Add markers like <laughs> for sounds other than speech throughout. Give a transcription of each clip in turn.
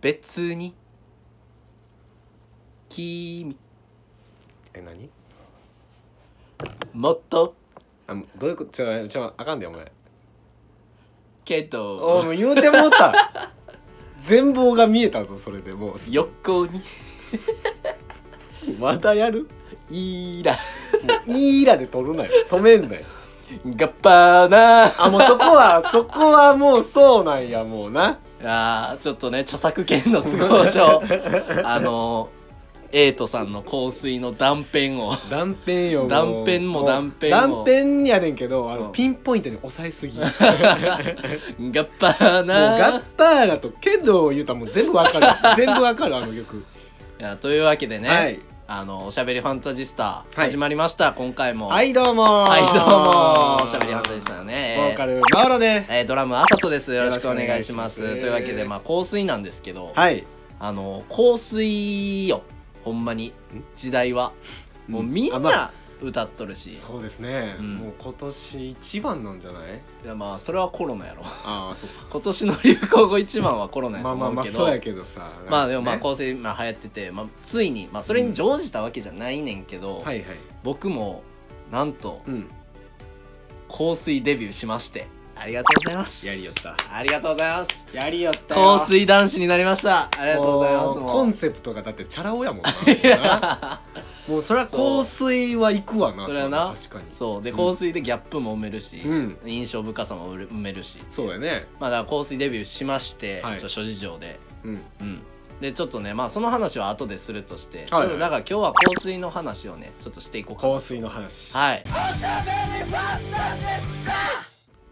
別に君え何もっとあもうどういうことちょちょあかんでお前けおどもう言うてもう <laughs> た全貌が見えたぞそれでもう横にまたやるいらもういいらで取るなよ止めんなよがっぱなあもうそこはそこはもうそうなんやもうなあーちょっとね著作権の都合 <laughs> 上あのエイトさんの香水の断片を断片よもう断片も断片も断片やねんけどあうんのピンポイントに抑えす <laughs> ぎもがうっぱガッなパーナとけど言うたらもう全部わ <laughs> かる全部わかるあの曲、いやというわけでね、はいあのおしゃべりファンタジスタはい始まりました、今回もはいどうもーはいどうもおしゃべりファンタジスタのねボーカルマオロですえードラムあさとですよろしくお願いしますよろしくお願いしますというわけでまあ香水なんですけど、はいあの香水よほんまに時代はもうみあんまあな歌っとるし、そうですね、うんもう今年一番なんじゃないいやまあそれはコロナやろ <laughs> ああそっか今年の流行語一番はコロナやまとあまあ思まうあけど、そうやけどさまあでもまあね香水まあ流行ってて、まあ、ついに、まあ、それに乗じたわけじゃないねんけど、はいはい僕もなんとうん香水デビューしましてありがとうございますやりよったありがとうございますやりよった香水男子になりましたありがとうございますもうもコうンセプトがだってチャラ男やもんなもうそれは香水は行くわなそれはな確かにそうでうん香水でギャップも埋めるし、うん印象深さも埋めるしそうやねまあだから香水デビューしまして、はいちょ諸事情でうんうんでちょっとねまあその話は後でするとして、はいちょっとだから今日は香水の話をねちょっとしていこうかな香水の話はい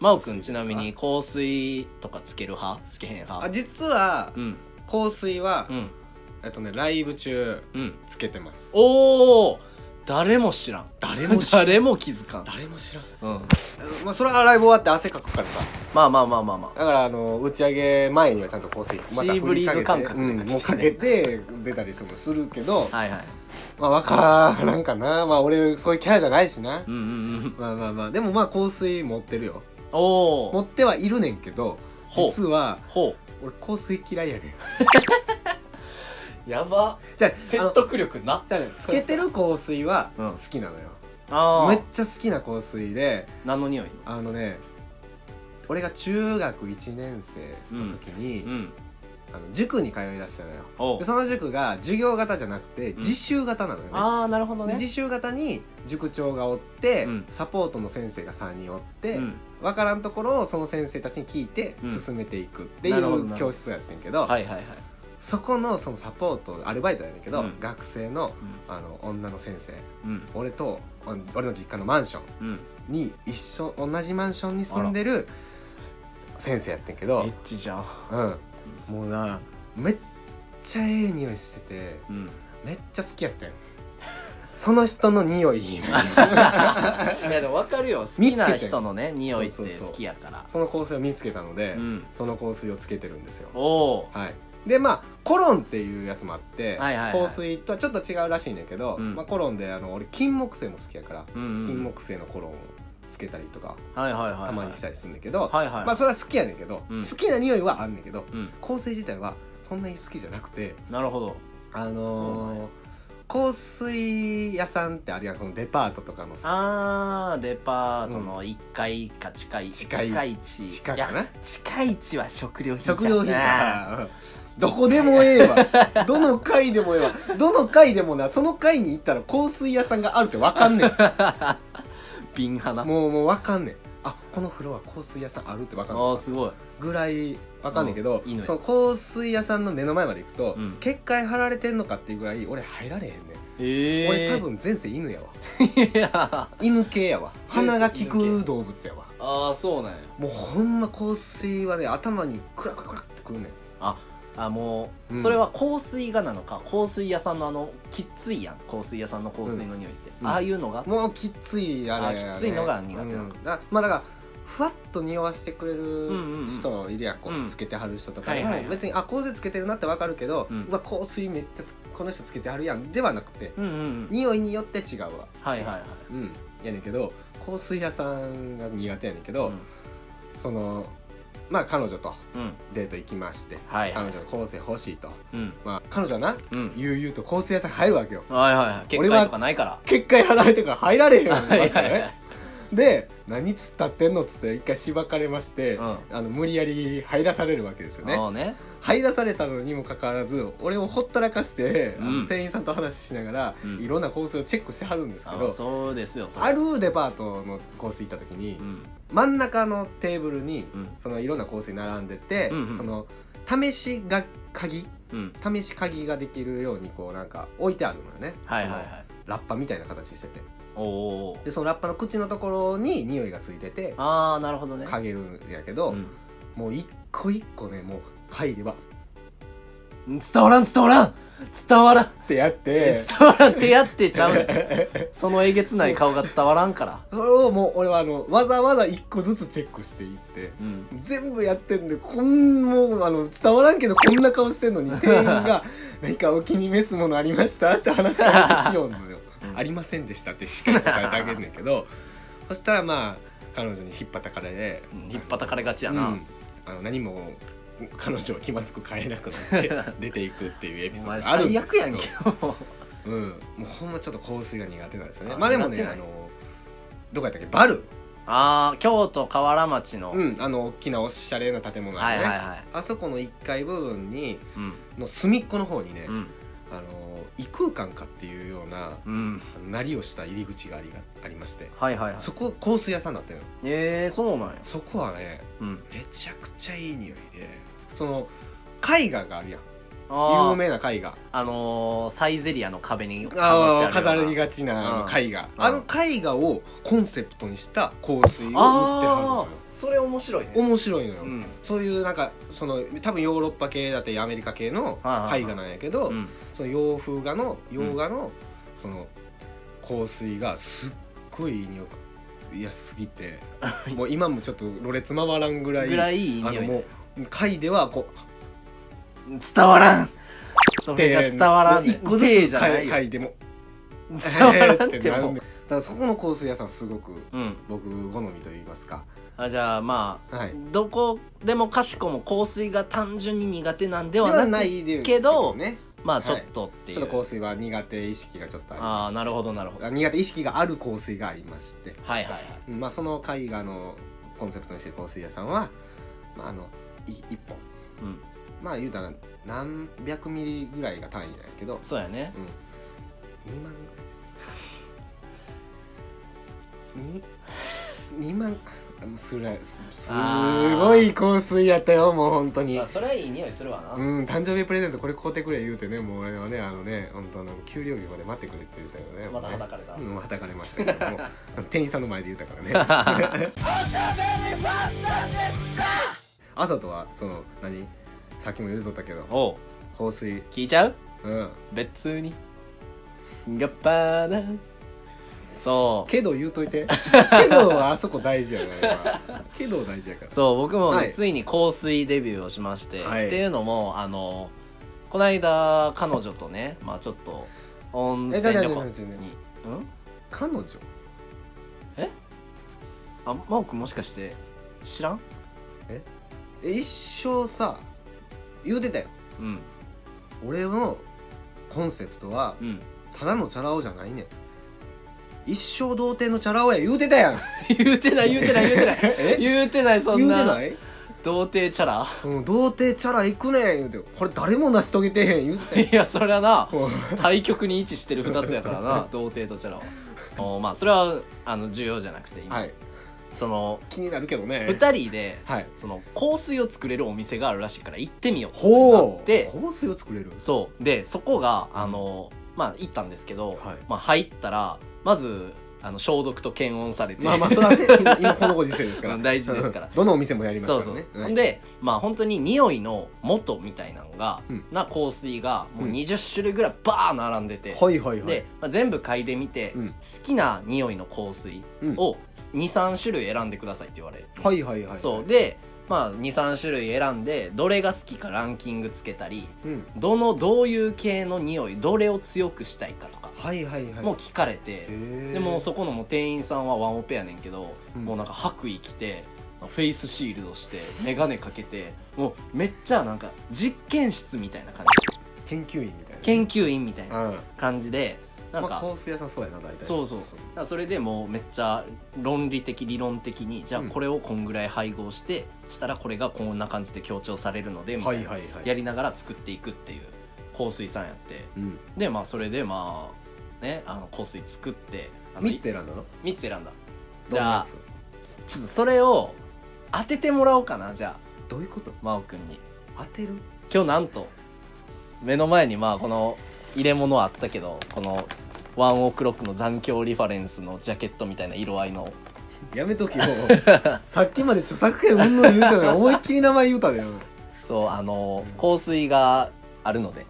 真央くんちなみに香水とかつける派つけへんあ派実はうん香水はうんえっとねライブ中うんつけてますおお誰も知らん誰も知らん誰も気づかん、誰も知らんうん、まあそれはライブ終わって汗かくからさまあまあまあまあまあだからあの打ち上げ前にはちゃんと香水シーブリーズ感覚うん、もうかけて出たりするするけはどいはいまあわからんかなまあ俺そういうキャラじゃないしなうんうんうんまあまあまあでもまあ香水持ってるよお持おってはいるねんけどほう実はほ俺香水嫌いやねんうやばじゃああ説の得力なじゃあねつけてる香水はうん好きなのよ、ああめっちゃ好きな香水で何の匂いあのね俺が中学1年生の時に、うんあの塾に通いだしたのよおでその塾が授業型じゃなくてん自習型なのよね、ああなるほどでね自習型に塾長がおって、うんサポートの先生が3人おって、うん分からんところをその先生たちに聞いてうん進めていくっていなるほどなるほうど教室やってんけど、はいはいはいそこのそのサポートアルバイトやねんけど、うん学生のあの女の先生うん俺とあの俺の実家のマンションうんに一緒同じマンションに住んでる先生やってんけどエッチじゃんうん、もうなめっちゃええ匂いしててうんめっちゃ好きやったよその人の匂いい <laughs> いないやでも分かるよ <laughs> 好見きつけてな人のね匂いっそうてそうそう好きやからその香水を見つけたので、うんその香水をつけてるんですよおおはいでまあコロンっていうやつもあって、はいはいはい香水とはちょっと違うらしいんだけど、うんまあ、コロンであの俺金木犀も好きやから、うん金うん木犀のコロンをつけたりとかはいはいはいはいたまにしたりするんだけど、はいはいまあそれは好きやねんけど、うん好きな匂いはあんねんけどうん香水自体はそんなに好きじゃなくてなるほどあそうなんのー香水屋さんってあるやんそのデパートとかのさあーデパートの1階か近い近い地地下かいやな近い地は食料品じゃん食料品あかうんどこでもええ <laughs> わどの階でもええわどの階でもなその階に行ったら香水屋さんがあるって分か <laughs> んねんー瓶派なもうもう分かんねんあこのフロア香水屋さんあるって分かんねあんーすごいぐらい分かんねんけどうんいいのよその香水屋さんの目の前まで行くと、うん結界張られてんのかっていうぐらい俺入られへんねん、ええー、俺多分前世犬やわい <laughs> や犬系やわ前世鼻が利犬く動物やわああそうなんやもうほんま香水はね頭にクラクラクラってくるねんあもう、うんそれは香水がなのか香水屋さんのあのきっついやん香水屋さんの香水の匂いって、うんああいうのが、もうきっついあれやねあきついのが苦手なのうんだまあだからふわっと匂わしてくれうんうんうんる人いるやんこうんうつけてはる人とかはいはいはい別にあ香水つけてるなってわかるけど、ううんわ香水めっちゃつこの人つけてはるやんではなくてうんうんうん匂いによって違うわはいはいはいいうんやねんけど香水屋さんが苦手やねんけど、うんそのまあ彼女とうんデート行きましてはいは彼い女の香水欲しいとうんまあ彼女はなうん悠々と香水屋さん入るわけよはいはいはい結俺は界とかないから結界離れてから入られへんよ、はいはい <laughs> はいで何つったってんのっつって一回しばかれまして、うんあの無理やり入らされるわけですよねそうね入らされたのにもかかわらず俺をほったらかして、あうのん店員さんと話ししながら、うんいろんな香水をチェックしてはるんですけあどそうですよそれあるデパートの香水行った時に、うん真ん中のテーブルにうんそのいろんな香水並んでて、うんうんその試しが鍵うん試し鍵ができるようにこうなんか置いてあるのよね、はいはいはそのいラッパみたいな形してておおーでそのラッパの口のところに匂いがついててああなるほどね嗅げるんやけど、うんもう一個一個ねもう嗅いでば伝わらん伝わらん伝わらんってやって伝わらんってやってちゃうねんそのえげつない顔が伝わらんから <laughs> それをもう俺はあのわざわざ一個ずつチェックしていってうん全部やってんでこんもうあの伝わらんけどこんな顔してんのに店 <laughs> 員が「何かお気に召すものありました?」って話しかけてきよんのよ <laughs> うんありませんでした」ってしっかり答えてあげんねんけどそしたらまあ彼女に引っ張ったからでうん引っ張たかれがちやな、うんあの何も彼女を気まずく変えなくなって <laughs> 出ていくっていうエピおソー前ドがあるん最で悪すけどやんけどうん、もうほんまちょっと香水が苦手なんですよねあまあでもね苦手なあんやのどこやったっけバルああ京都河原町の、うんあの大きなおしゃれな建物はあいるはね、いはいあそこの1階部分にうんの隅っこの方にね、うんあの異空間かっていうようなうんあのなりをした入り口がありがありましてはいはいはいそこ香水屋さんになってるのえー、そうなんやそこはねうんめちゃくちゃいい匂いでその絵画があるやんあ有ー名な絵画あのー、サイゼリアの壁にあ飾ーってあ飾るようりながちなあの絵画、うんあの絵画をコンセプトにした香水を売ってはあーるそれ面白いねのよ面白いのよ、うんそういうなんかその多分ヨーロッパ系だってアメリカ系の絵画なんやけど、うんその洋風画の洋画のその香水がすっごいいい匂いやすぎ <laughs> てもう今もちょっとろれつ回らんぐらいぐらいいいあの匂いもう貝ではこう伝わらんそれが伝わらん一個ず手つじゃないよ貝 <laughs> でも伝わらんっ <laughs> えーっててなるもんうでだからそこの香水屋さんすごくうん僕好みと言いますかあじゃあまあ、はいどこでもかしこも香水が単純に苦手なんでではなくいですけどねまはあいちょっとっていちう、ょっと香水は苦手意識がちょっとありあまあしなるほどなるほどて苦手意識がある香水がありましてはいはいはいうんまあ、その絵画のコンセプトにしてる香水屋さんは、まあ、あのい1本うんまあ言うたら何百ミリぐらいが単位なんやけどそうやね2万ぐらいですに2万あもうすらすすごい香水やったよもう本当にあそれはいい匂いするわな、うん誕生日プレゼントこれ買うてくれ言うてねもう俺はねあのね本当あの給料日まで待ってくれって言うたよねまたもうね裸かれた、うん、はたかれましたけども店員さんの前で言うたからね朝とはその何さっきも言うとったけどおう香水聞いちゃううん別にガッパーなそうけど言うとい <laughs> てけどはあそこ大事やからけど大事やからそう僕もね、はいついに香水デビューをしまして、はいっていうのもあのこの間彼女とねまあちょっと温え泉じゃあじゃあ旅じゃ行あじゃあじゃあにうん彼女あマオ君もしかして知らんえ一生さ言うてたようん俺のコンセプトはうんただのチャラ男じゃないねん一生童貞のチャラ男や言うてたやん言うてない言うてない言う <laughs> てないえ言うてないそん言うてなない童貞チャラうん、童貞チャラ行くねん言うてこれ誰も成し遂げてへ <laughs> ん言うてたやんいやそりゃなうん対極に位置してる2つやから <laughs> な童貞とチャラはおまあそれはあの重要じゃなくて今、はいその気になるけどね2人ではいその香水を作れるお店があるらしいから行ってみようってなほっうて香水を作れるそうでそこがあの、まあ行ったんですけど、はいまあ、入ったらまずあの消毒と検温されてまあまあそれはね今このご時世ですからうん大事ですからどのお店もやりますそかうらそう、ねほんでまあ本当に匂いの元みたいなのが、うんな香水がもううん20種類ぐらいバー並んでて、はいはいはいで、まあ、全部嗅いでみて、うん好きな匂いの香水うんを23種類選んでくださいって言われる、はいはいはいそうでまあ23種類選んでどれが好きかランキングつけたりうんどのどういう系の匂いどれを強くしたいかとかはいはいはいもう聞かれて、へーでもうそこのもう店員さんはワンオペやねんけど、うんもうなんか白衣着てフェイスシールドして眼鏡かけてもうめっちゃなんか実験室みたいな感じ研究員みたいな研究員みたいなうん感じでなんまあ、か,、香水良さそうやな大体そうそうだからそれでもうめっちゃ論理的理論的にじゃあうんこれをこんぐらい配合してしたらこれがこんな感じで強調されるのでみたはいいなはいはいやりながら作っていくっていう香水さんやってうん、でまあそれでまあねあの香水作ってあの3つ選んだの三つ選んだどんじなゃやあつちょっとそれを当ててもらおうかなじゃあどういうこと真央くんに当てる今日なんと目の前にまあこの入れ物はあったけどこのワンオクロックの残響リファレンスのジャケットみたいな色合いのやめときよさっきまで著作権うんぬん言うてたのに思いっきり名前言うたでよそうあの香水があるので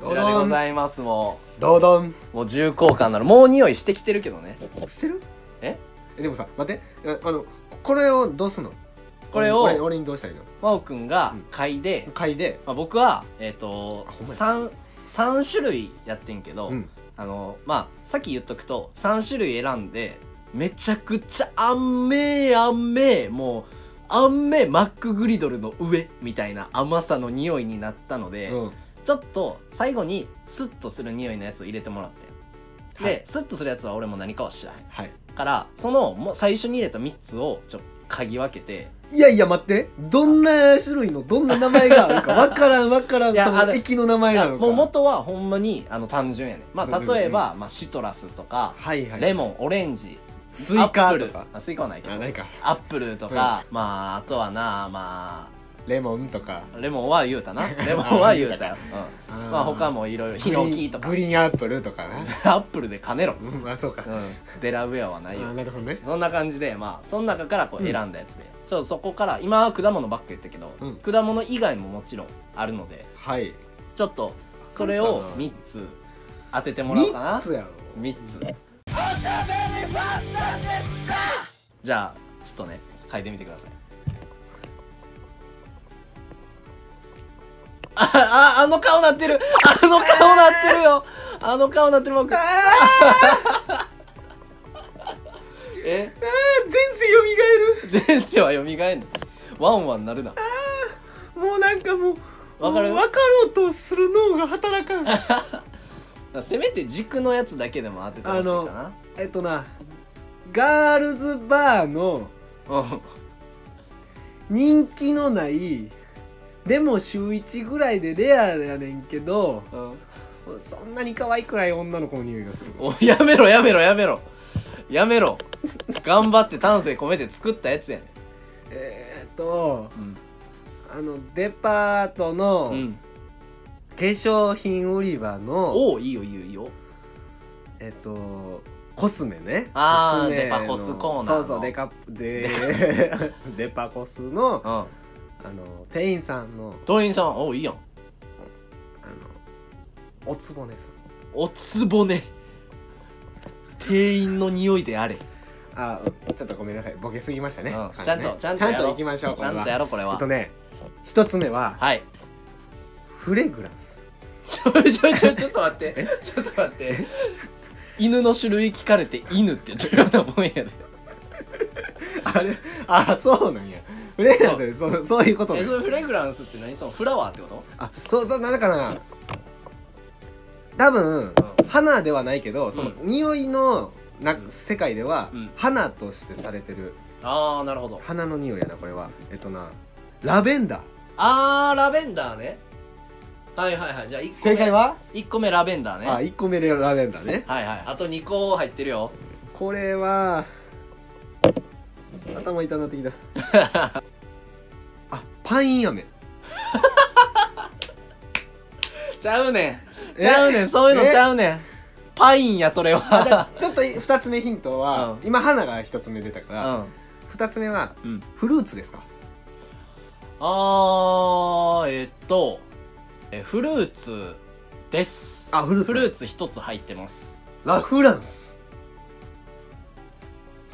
こちらでございますもどどんうもう重厚感なるもう匂いしてきてるけどねしてるえでもさ待ってああのこれをどうすんのこれを俺俺にどうしたらいいの真央くんが嗅いで、嗅いでまあ、僕はえっ、とあほんまや 3, 三種類やってんけど、うんあのまあさっき言っとくと3種類選んでめちゃくちゃあんめえあんめえもうあんめえマックグリドルの上みたいな甘さの匂いになったので、うんちょっと最後にスッとする匂いのやつを入れてもらってで、はいスッとするやつは俺も何かは知らへんはいからそのもう最初に入れた3つをちょっと嗅ぎ分けていやいや待ってどんな種類のどんな名前があるかわからんわからんいやそあのの駅の名前なのかもう元はほんまにあの単純やねまあ例えうんば、まあ、シトラスとかはいはいレモンオレンジスイカアップとルかあスイカはないけどあないかアップルとか、まああとはなまレモンとかあレモンは言うたなレモンは言うたよ、あうーん、まあ他もいろいろヒノキとかグリーングリーンアップルとかなアップルで兼ねろ、うんあそうかうん、デラウェアはあないよーなるほどねそんな感じでまあその中からこううん選んだやつで、ちょっとそこから今は果物ばっか言ったけど、うん果物以外ももちろんあるのではいちょっとそれを3つ当ててもらおうかな三つやろ三つじゃあちょっとね嗅いでみてくださいあああの顔なってるあの顔なってるよあの顔なってる僕えあー前世よみが前世は蘇みがえんのワンワンなるなえるもうなんかもうわかるもう分かろうとする脳が働か <laughs> んせめて軸のやつだけでも当ててほしいかえっとなガールズバーのなうん人気のないでも週1ぐらいでレアやねんけどうんそんなに可愛くない女の子の匂いがするおやめろやめろやめろやめろ頑張って丹精込めて作ったやつやねえーっとんあのデパートのうん、うん、化粧品売り場の、おおいいよいいよいいよえーっとコスメねあーメのデパコスコーナーのそうそうデカ <laughs> でデパコスのうんあの店員さんの党員さんおおいいやんあのおつぼねさんおつぼね店員の匂いであれ、あちょっとごめんなさいボケすぎましたね,う感んじね、ちゃんとちゃんとやろういきましょうちゃんとこれやはろこれえは、っとね一つ目ははいフレグランスちょちょちょちょっと待ってちょっと待って犬の種類聞かれて犬って言ってるようなもんやであれあそうなんやフレグランスそうそういうことえねそれフレグランスって何そのフラワーってこあそうそうなんだかな多分、うん花ではないけどその、う匂いのな、うん世界では、うん花としてされてるとああなるほど花の匂いやなこれはえっとなラベンダーあーラベンダーねはいはいはいじゃあ1個目正解は、 1個目ラベンダーねあはい1個目でラベンダーねはいあと2個入ってるよこれは頭痛なってきた <laughs> あパイン飴ちゃうねんえちゃうねんそういうのちゃうねんパインやそれあじゃはあちょっと2つ目ヒントは、うん今花が1つ目出たか <laughs> うら、ん2つ目はうんフルーツですかあーえっとえフルーツですあフルーツフルーツ1つ入ってますラフランス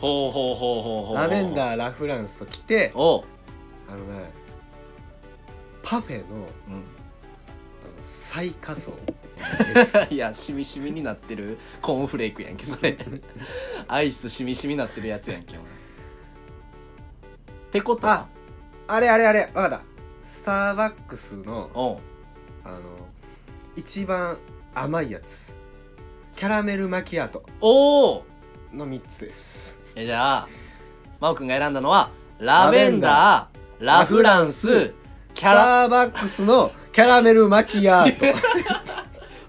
ほうほうほうほうほうラベンーダーラフランスときておう、あのねパフェうのあの最 <laughs> 下層ん、い <laughs> やしみしみになってるコーンフレークやん <laughs> けそれアイスしみしみなってるやつやんけてことはあれあれあれわかったスターバックスのうんあの一番甘いやつキャラメルマキアートおおの3つですえじゃあ真央くんが選んだのはラベンダーラフランスキキャャララバックスのキャラメルマキアートフ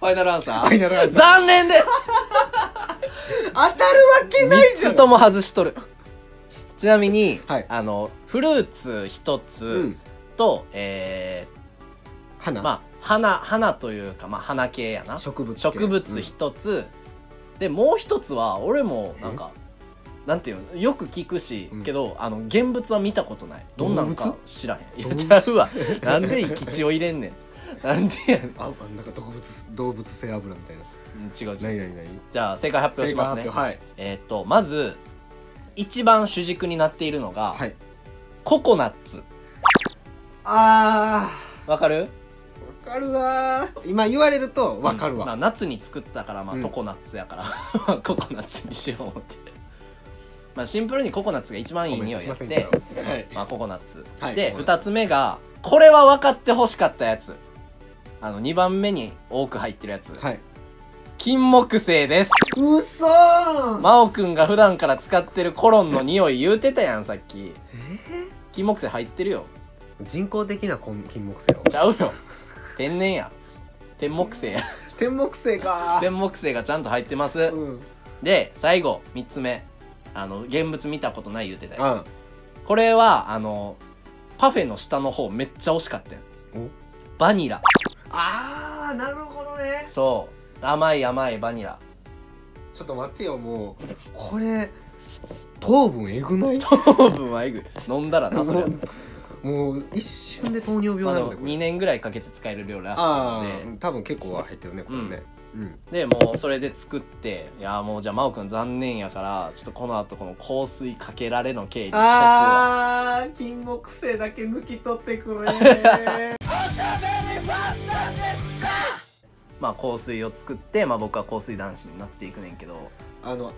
ァイナルアンサファイーナルアンサー残念です当たるわけない3じゃんつとも外しとるちなみに、はいあのフルーツ1うつんと、え花、ー、まあ花花というか、まあ、花系やな植物系植物1つ、でもう1つは俺もなんかなんていうのよく聞くし、うんけどあの現物は見たことないどんなんか知らへんいや動ち物ゃうわなんで生き血を入れんねんなんでやねんあなんか動物動物性油みたいな違う違う何何何じゃあ正解発表しますね正解発表はいえーっ、とまず一番主軸になっているのが、はいココナッツあわかるーわかるわー今言われるとわかるうんまわ、あ、夏に作ったから、まあ、うんココナッツやから、 <laughs> ココナッツにしよう思ってまあシンプルにココナッツが一番いいコメン匂トいしやまっせんてけどはいまあココナッツ、はいでココナッ2つ目がこれは分かってほしかったやつあの2番目に多く入ってるやつ、はい金木犀ですうそー真央くんが普段から使ってるコロンの匂い言うてたやんさっき金木犀入ってるよ人工的な金金木犀をちゃ <laughs> うよ天然や天木犀や天木犀か天木犀がちゃんと入ってます、うんで最後3つ目あの現物見たことない言うてたやあつこれはあのパフェの下の方めっちゃ惜しかったよおバニラあーなるほどねそう甘い甘いバニラちょっと待ってよもうこれ糖分えぐない糖分はえぐい飲んだらなそれは、もう一瞬で糖尿病まあ、でなるんもだこ2れ年ぐらいかけて使える量らしあいのあ多分結構は入ってるねこれねうんででもうそれで作っていやもうじゃあ真央くん残念やからちょっとこの後この香水かけられの経緯にわあー金木犀だけ抜き取ってくれまあ香水を作って、まあ、僕は香水男子になっていくねんけどあの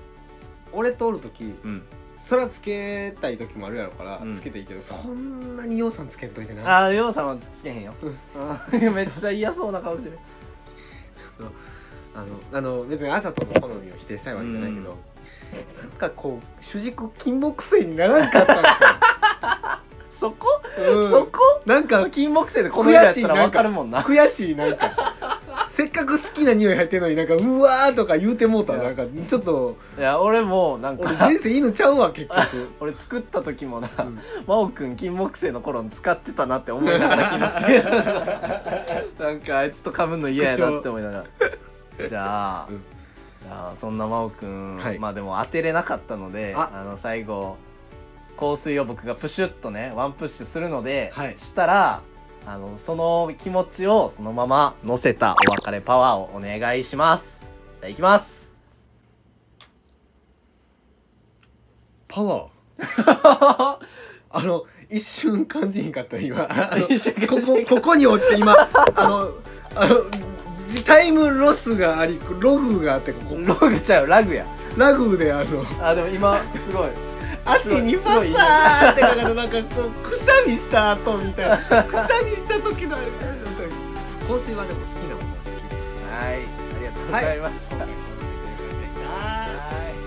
俺とおる時うんそれはつけたい時もあるやろから、うんつけていいけどそんなに予算つけんといてなああ、ようさんはつけへんよ。うん <laughs> めっちゃ嫌そうな顔してる。ちょっとあのあの別に朝との好みを否定したいわけじゃないけど、なんかこう主軸金木犀にならんかったんそこ、ですよ、うそん、こなんか金木犀でこの色やったらわかるもんな。悔しいなんかせっかく好きな匂い入ってるのになんかうわーとか言うてもうたらなんかちょっといや、俺もなん俺か、人生犬ちゃうわ結局、俺作った時もな、うん真央くん金木犀の頃に使ってたなって思いながら金木 <laughs> 犀なんかあいつと噛むの嫌やなって思いながら。じゃあ、うんじゃあそんな真央くん、はいまあでも当てれなかったので、ああの最後、香水を僕がプシュッとね、ワンプッシュするので、はいしたら、あの、その気持ちをそのまま乗せたお別れパワーをお願いします。じゃあ行きます。 <laughs> パワーあの一瞬感じひんかっ <laughs> た今あの一瞬感こじひんかっこたここに落ちて今あのあのタイムロスがありログがあってここログちゃう、ラグや。ラグであのあ、でも今、すごい。足にファサーってかかなんかこうくしゃみした後みたいなくしゃみした時 <laughs> のあれみたいな香水はでも好きなものが好きですはい、ありがとうございました。今回香水という感じでしたはい